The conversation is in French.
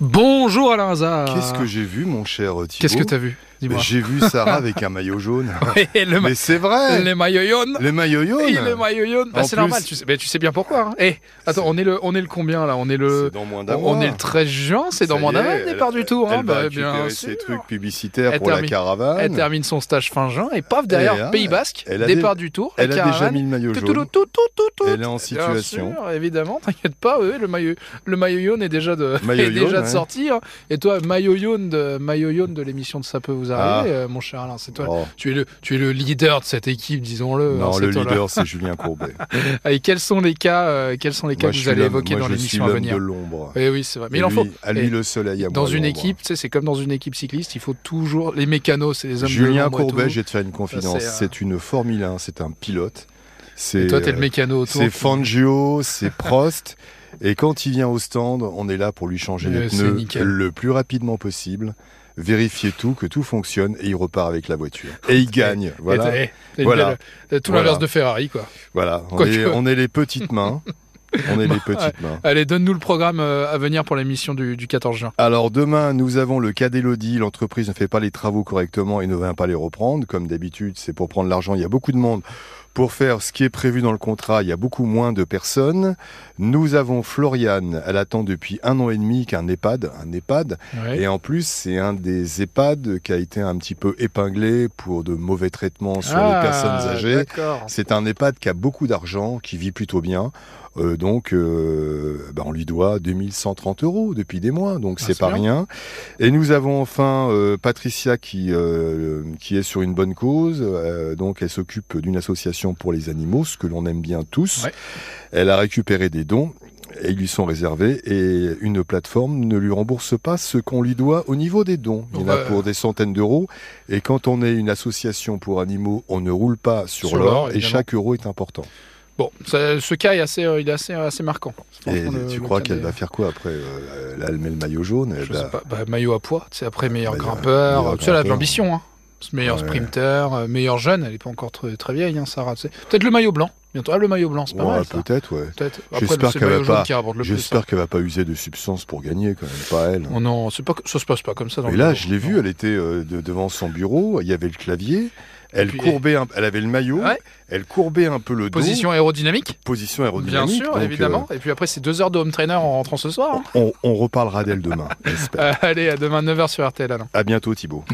Bonjour Alain Hazard. Qu'est-ce que j'ai vu, mon cher Thibault Euh, Qu'est-ce que t'as vu Ben, Dis-moi. J'ai vu Sarah avec un maillot jaune. Et le ma- Mais c'est vrai les maillots jaunes. Les maillots Et le jaunes maillot jaune. Bah, En c'est normal. plus- Tu sais, mais tu sais bien pourquoi. hein. Eh, attends, C'est- on est le, on est le combien là On est le, C'est dans moins d'un on mois. est le 13 juin. C'est dans Ça moins y est, d'un mois le elle- départ du tour. hein. Elle va Bah, récupérer bien ses sûr. trucs publicitaires Elle pour la termine- caravane. Elle termine son stage fin juin et paf derrière Et, hein, Pays Basque. elle a départ du tour. Elle a caravane. déjà mis le maillot Tout, tout, jaune. tout, tout, tout, tout. Elle est en Bien situation. sûr, évidemment, t'inquiète pas, ouais, le maillot le maillot jaune est déjà de Maillot est déjà jaune, de ouais. sortir. Et toi, maillot jaune de maillot jaune de l'émission de ça peut vous arriver, euh, mon cher Alain, c'est toi. Ah. Oh, Tu es le tu es le leader de cette équipe, disons-le. hein, non, c'est le toi, là. Ah, leader, c'est Julien Courbet. Et quels sont les cas euh, quels sont les cas Moi, que je vous suis allez l'homme- évoquer moi, dans je suis l'émission à l'homme venir Ah de l'ombre. Oui, oui, c'est vrai. Mais Et il en faut lui- À et lui le soleil, à moi dans une l'ombre. équipe, tu sais, c'est comme dans une équipe cycliste, il faut toujours les mécanos, c'est les hommes Julien de l'ombre et Courbet, tout. je vais te faire une confidence. c'est, euh, C'est une Formule 1, c'est un pilote. Et C'est toi, t'es le euh, mécano autour. C'est Fangio, c'est Prost. Et quand il vient au stand, on est là pour lui changer Euh, les c'est pneus nickel. le plus rapidement possible, vérifier tout, que tout fonctionne, et il repart avec la voiture. Et il gagne. Et Voilà. t'as- eh, t'as une Voilà. belle- t'as tout Voilà. l'inverse de Ferrari, quoi. voilà. On, Quoi est, que- on est les petites mains. On est les petites mains. Allez, donne-nous le programme euh, à venir pour l'émission du, du 14 juin. Alors demain, nous avons le cas d'Elodie. L'entreprise ne fait pas les travaux correctement et ne va pas les reprendre. Comme d'habitude, c'est pour prendre l'argent. Il y a beaucoup de monde. Pour faire ce qui est prévu dans le contrat, il y a beaucoup moins de personnes. Nous avons Floriane. Elle attend depuis un an et demi qu'un EHPAD, un EHPAD. Ouais. Et en plus, c'est un des EHPAD qui a été un petit peu épinglé pour de mauvais traitements sur Ah, les personnes âgées. D'accord. C'est un EHPAD qui a beaucoup d'argent, qui vit plutôt bien. Euh, donc, euh, bah, on lui doit 2130 euros depuis des mois. Donc, Ah, c'est c'est pas bien. rien. Et nous avons enfin euh, Patricia qui, euh, qui est sur une bonne cause. Euh, donc, elle s'occupe d'une association pour les animaux, ce que l'on aime bien tous. Ouais. Elle a récupéré des dons. Et ils lui sont réservés et une plateforme ne lui rembourse pas ce qu'on lui doit au niveau des dons. Il y en a Ouais. pour des centaines d'euros. Et quand on est une association pour animaux, on ne roule pas sur, Sur l'or, l'or et évidemment. chaque euro est important. Bon, ça- ce cas est assez, euh, il est assez, assez marquant. Et Franchement, le- tu le crois cas qu'elle des- va faire quoi après euh, Là, elle met le maillot jaune. Je elle va- sais pas, bah, maillot à poids, c'est après meilleur Maillot- grimpeur, meilleur tu sais, elle a de grimpeur. l'ambition, hein. Meilleur Ouais. sprinter, euh, meilleur jeune, elle est pas encore très, très vieille, hein, Sarah. tu sais. Peut-être le maillot blanc, bientôt. Ah, le maillot blanc, c'est pas Ouais, mal, ça. peut-être, ouais. Peut-être. J'espère Après, c'est le qu'elle va maillot jaune pas- qui rapporte le plus. hein. J'espère qu'elle va pas user de substances pour gagner quand même, pas elle. hein. Oh non, c'est pas, que- ça se passe pas comme ça. Dans Mais le là, vélo. je l'ai vue, elle était euh, de- devant son bureau, il y avait le clavier, elle puis- courbait, un- elle avait le maillot, Ouais. elle courbait un peu le dos, Position aérodynamique, position bien aérodynamique. sûr, donc, euh, évidemment. Et puis après, c'est deux heures de home trainer en rentrant ce soir. hein. on, on reparlera d'elle demain. Euh, j'espère. allez, à demain 9h sur RTL, Alain. À bientôt, Thibaut.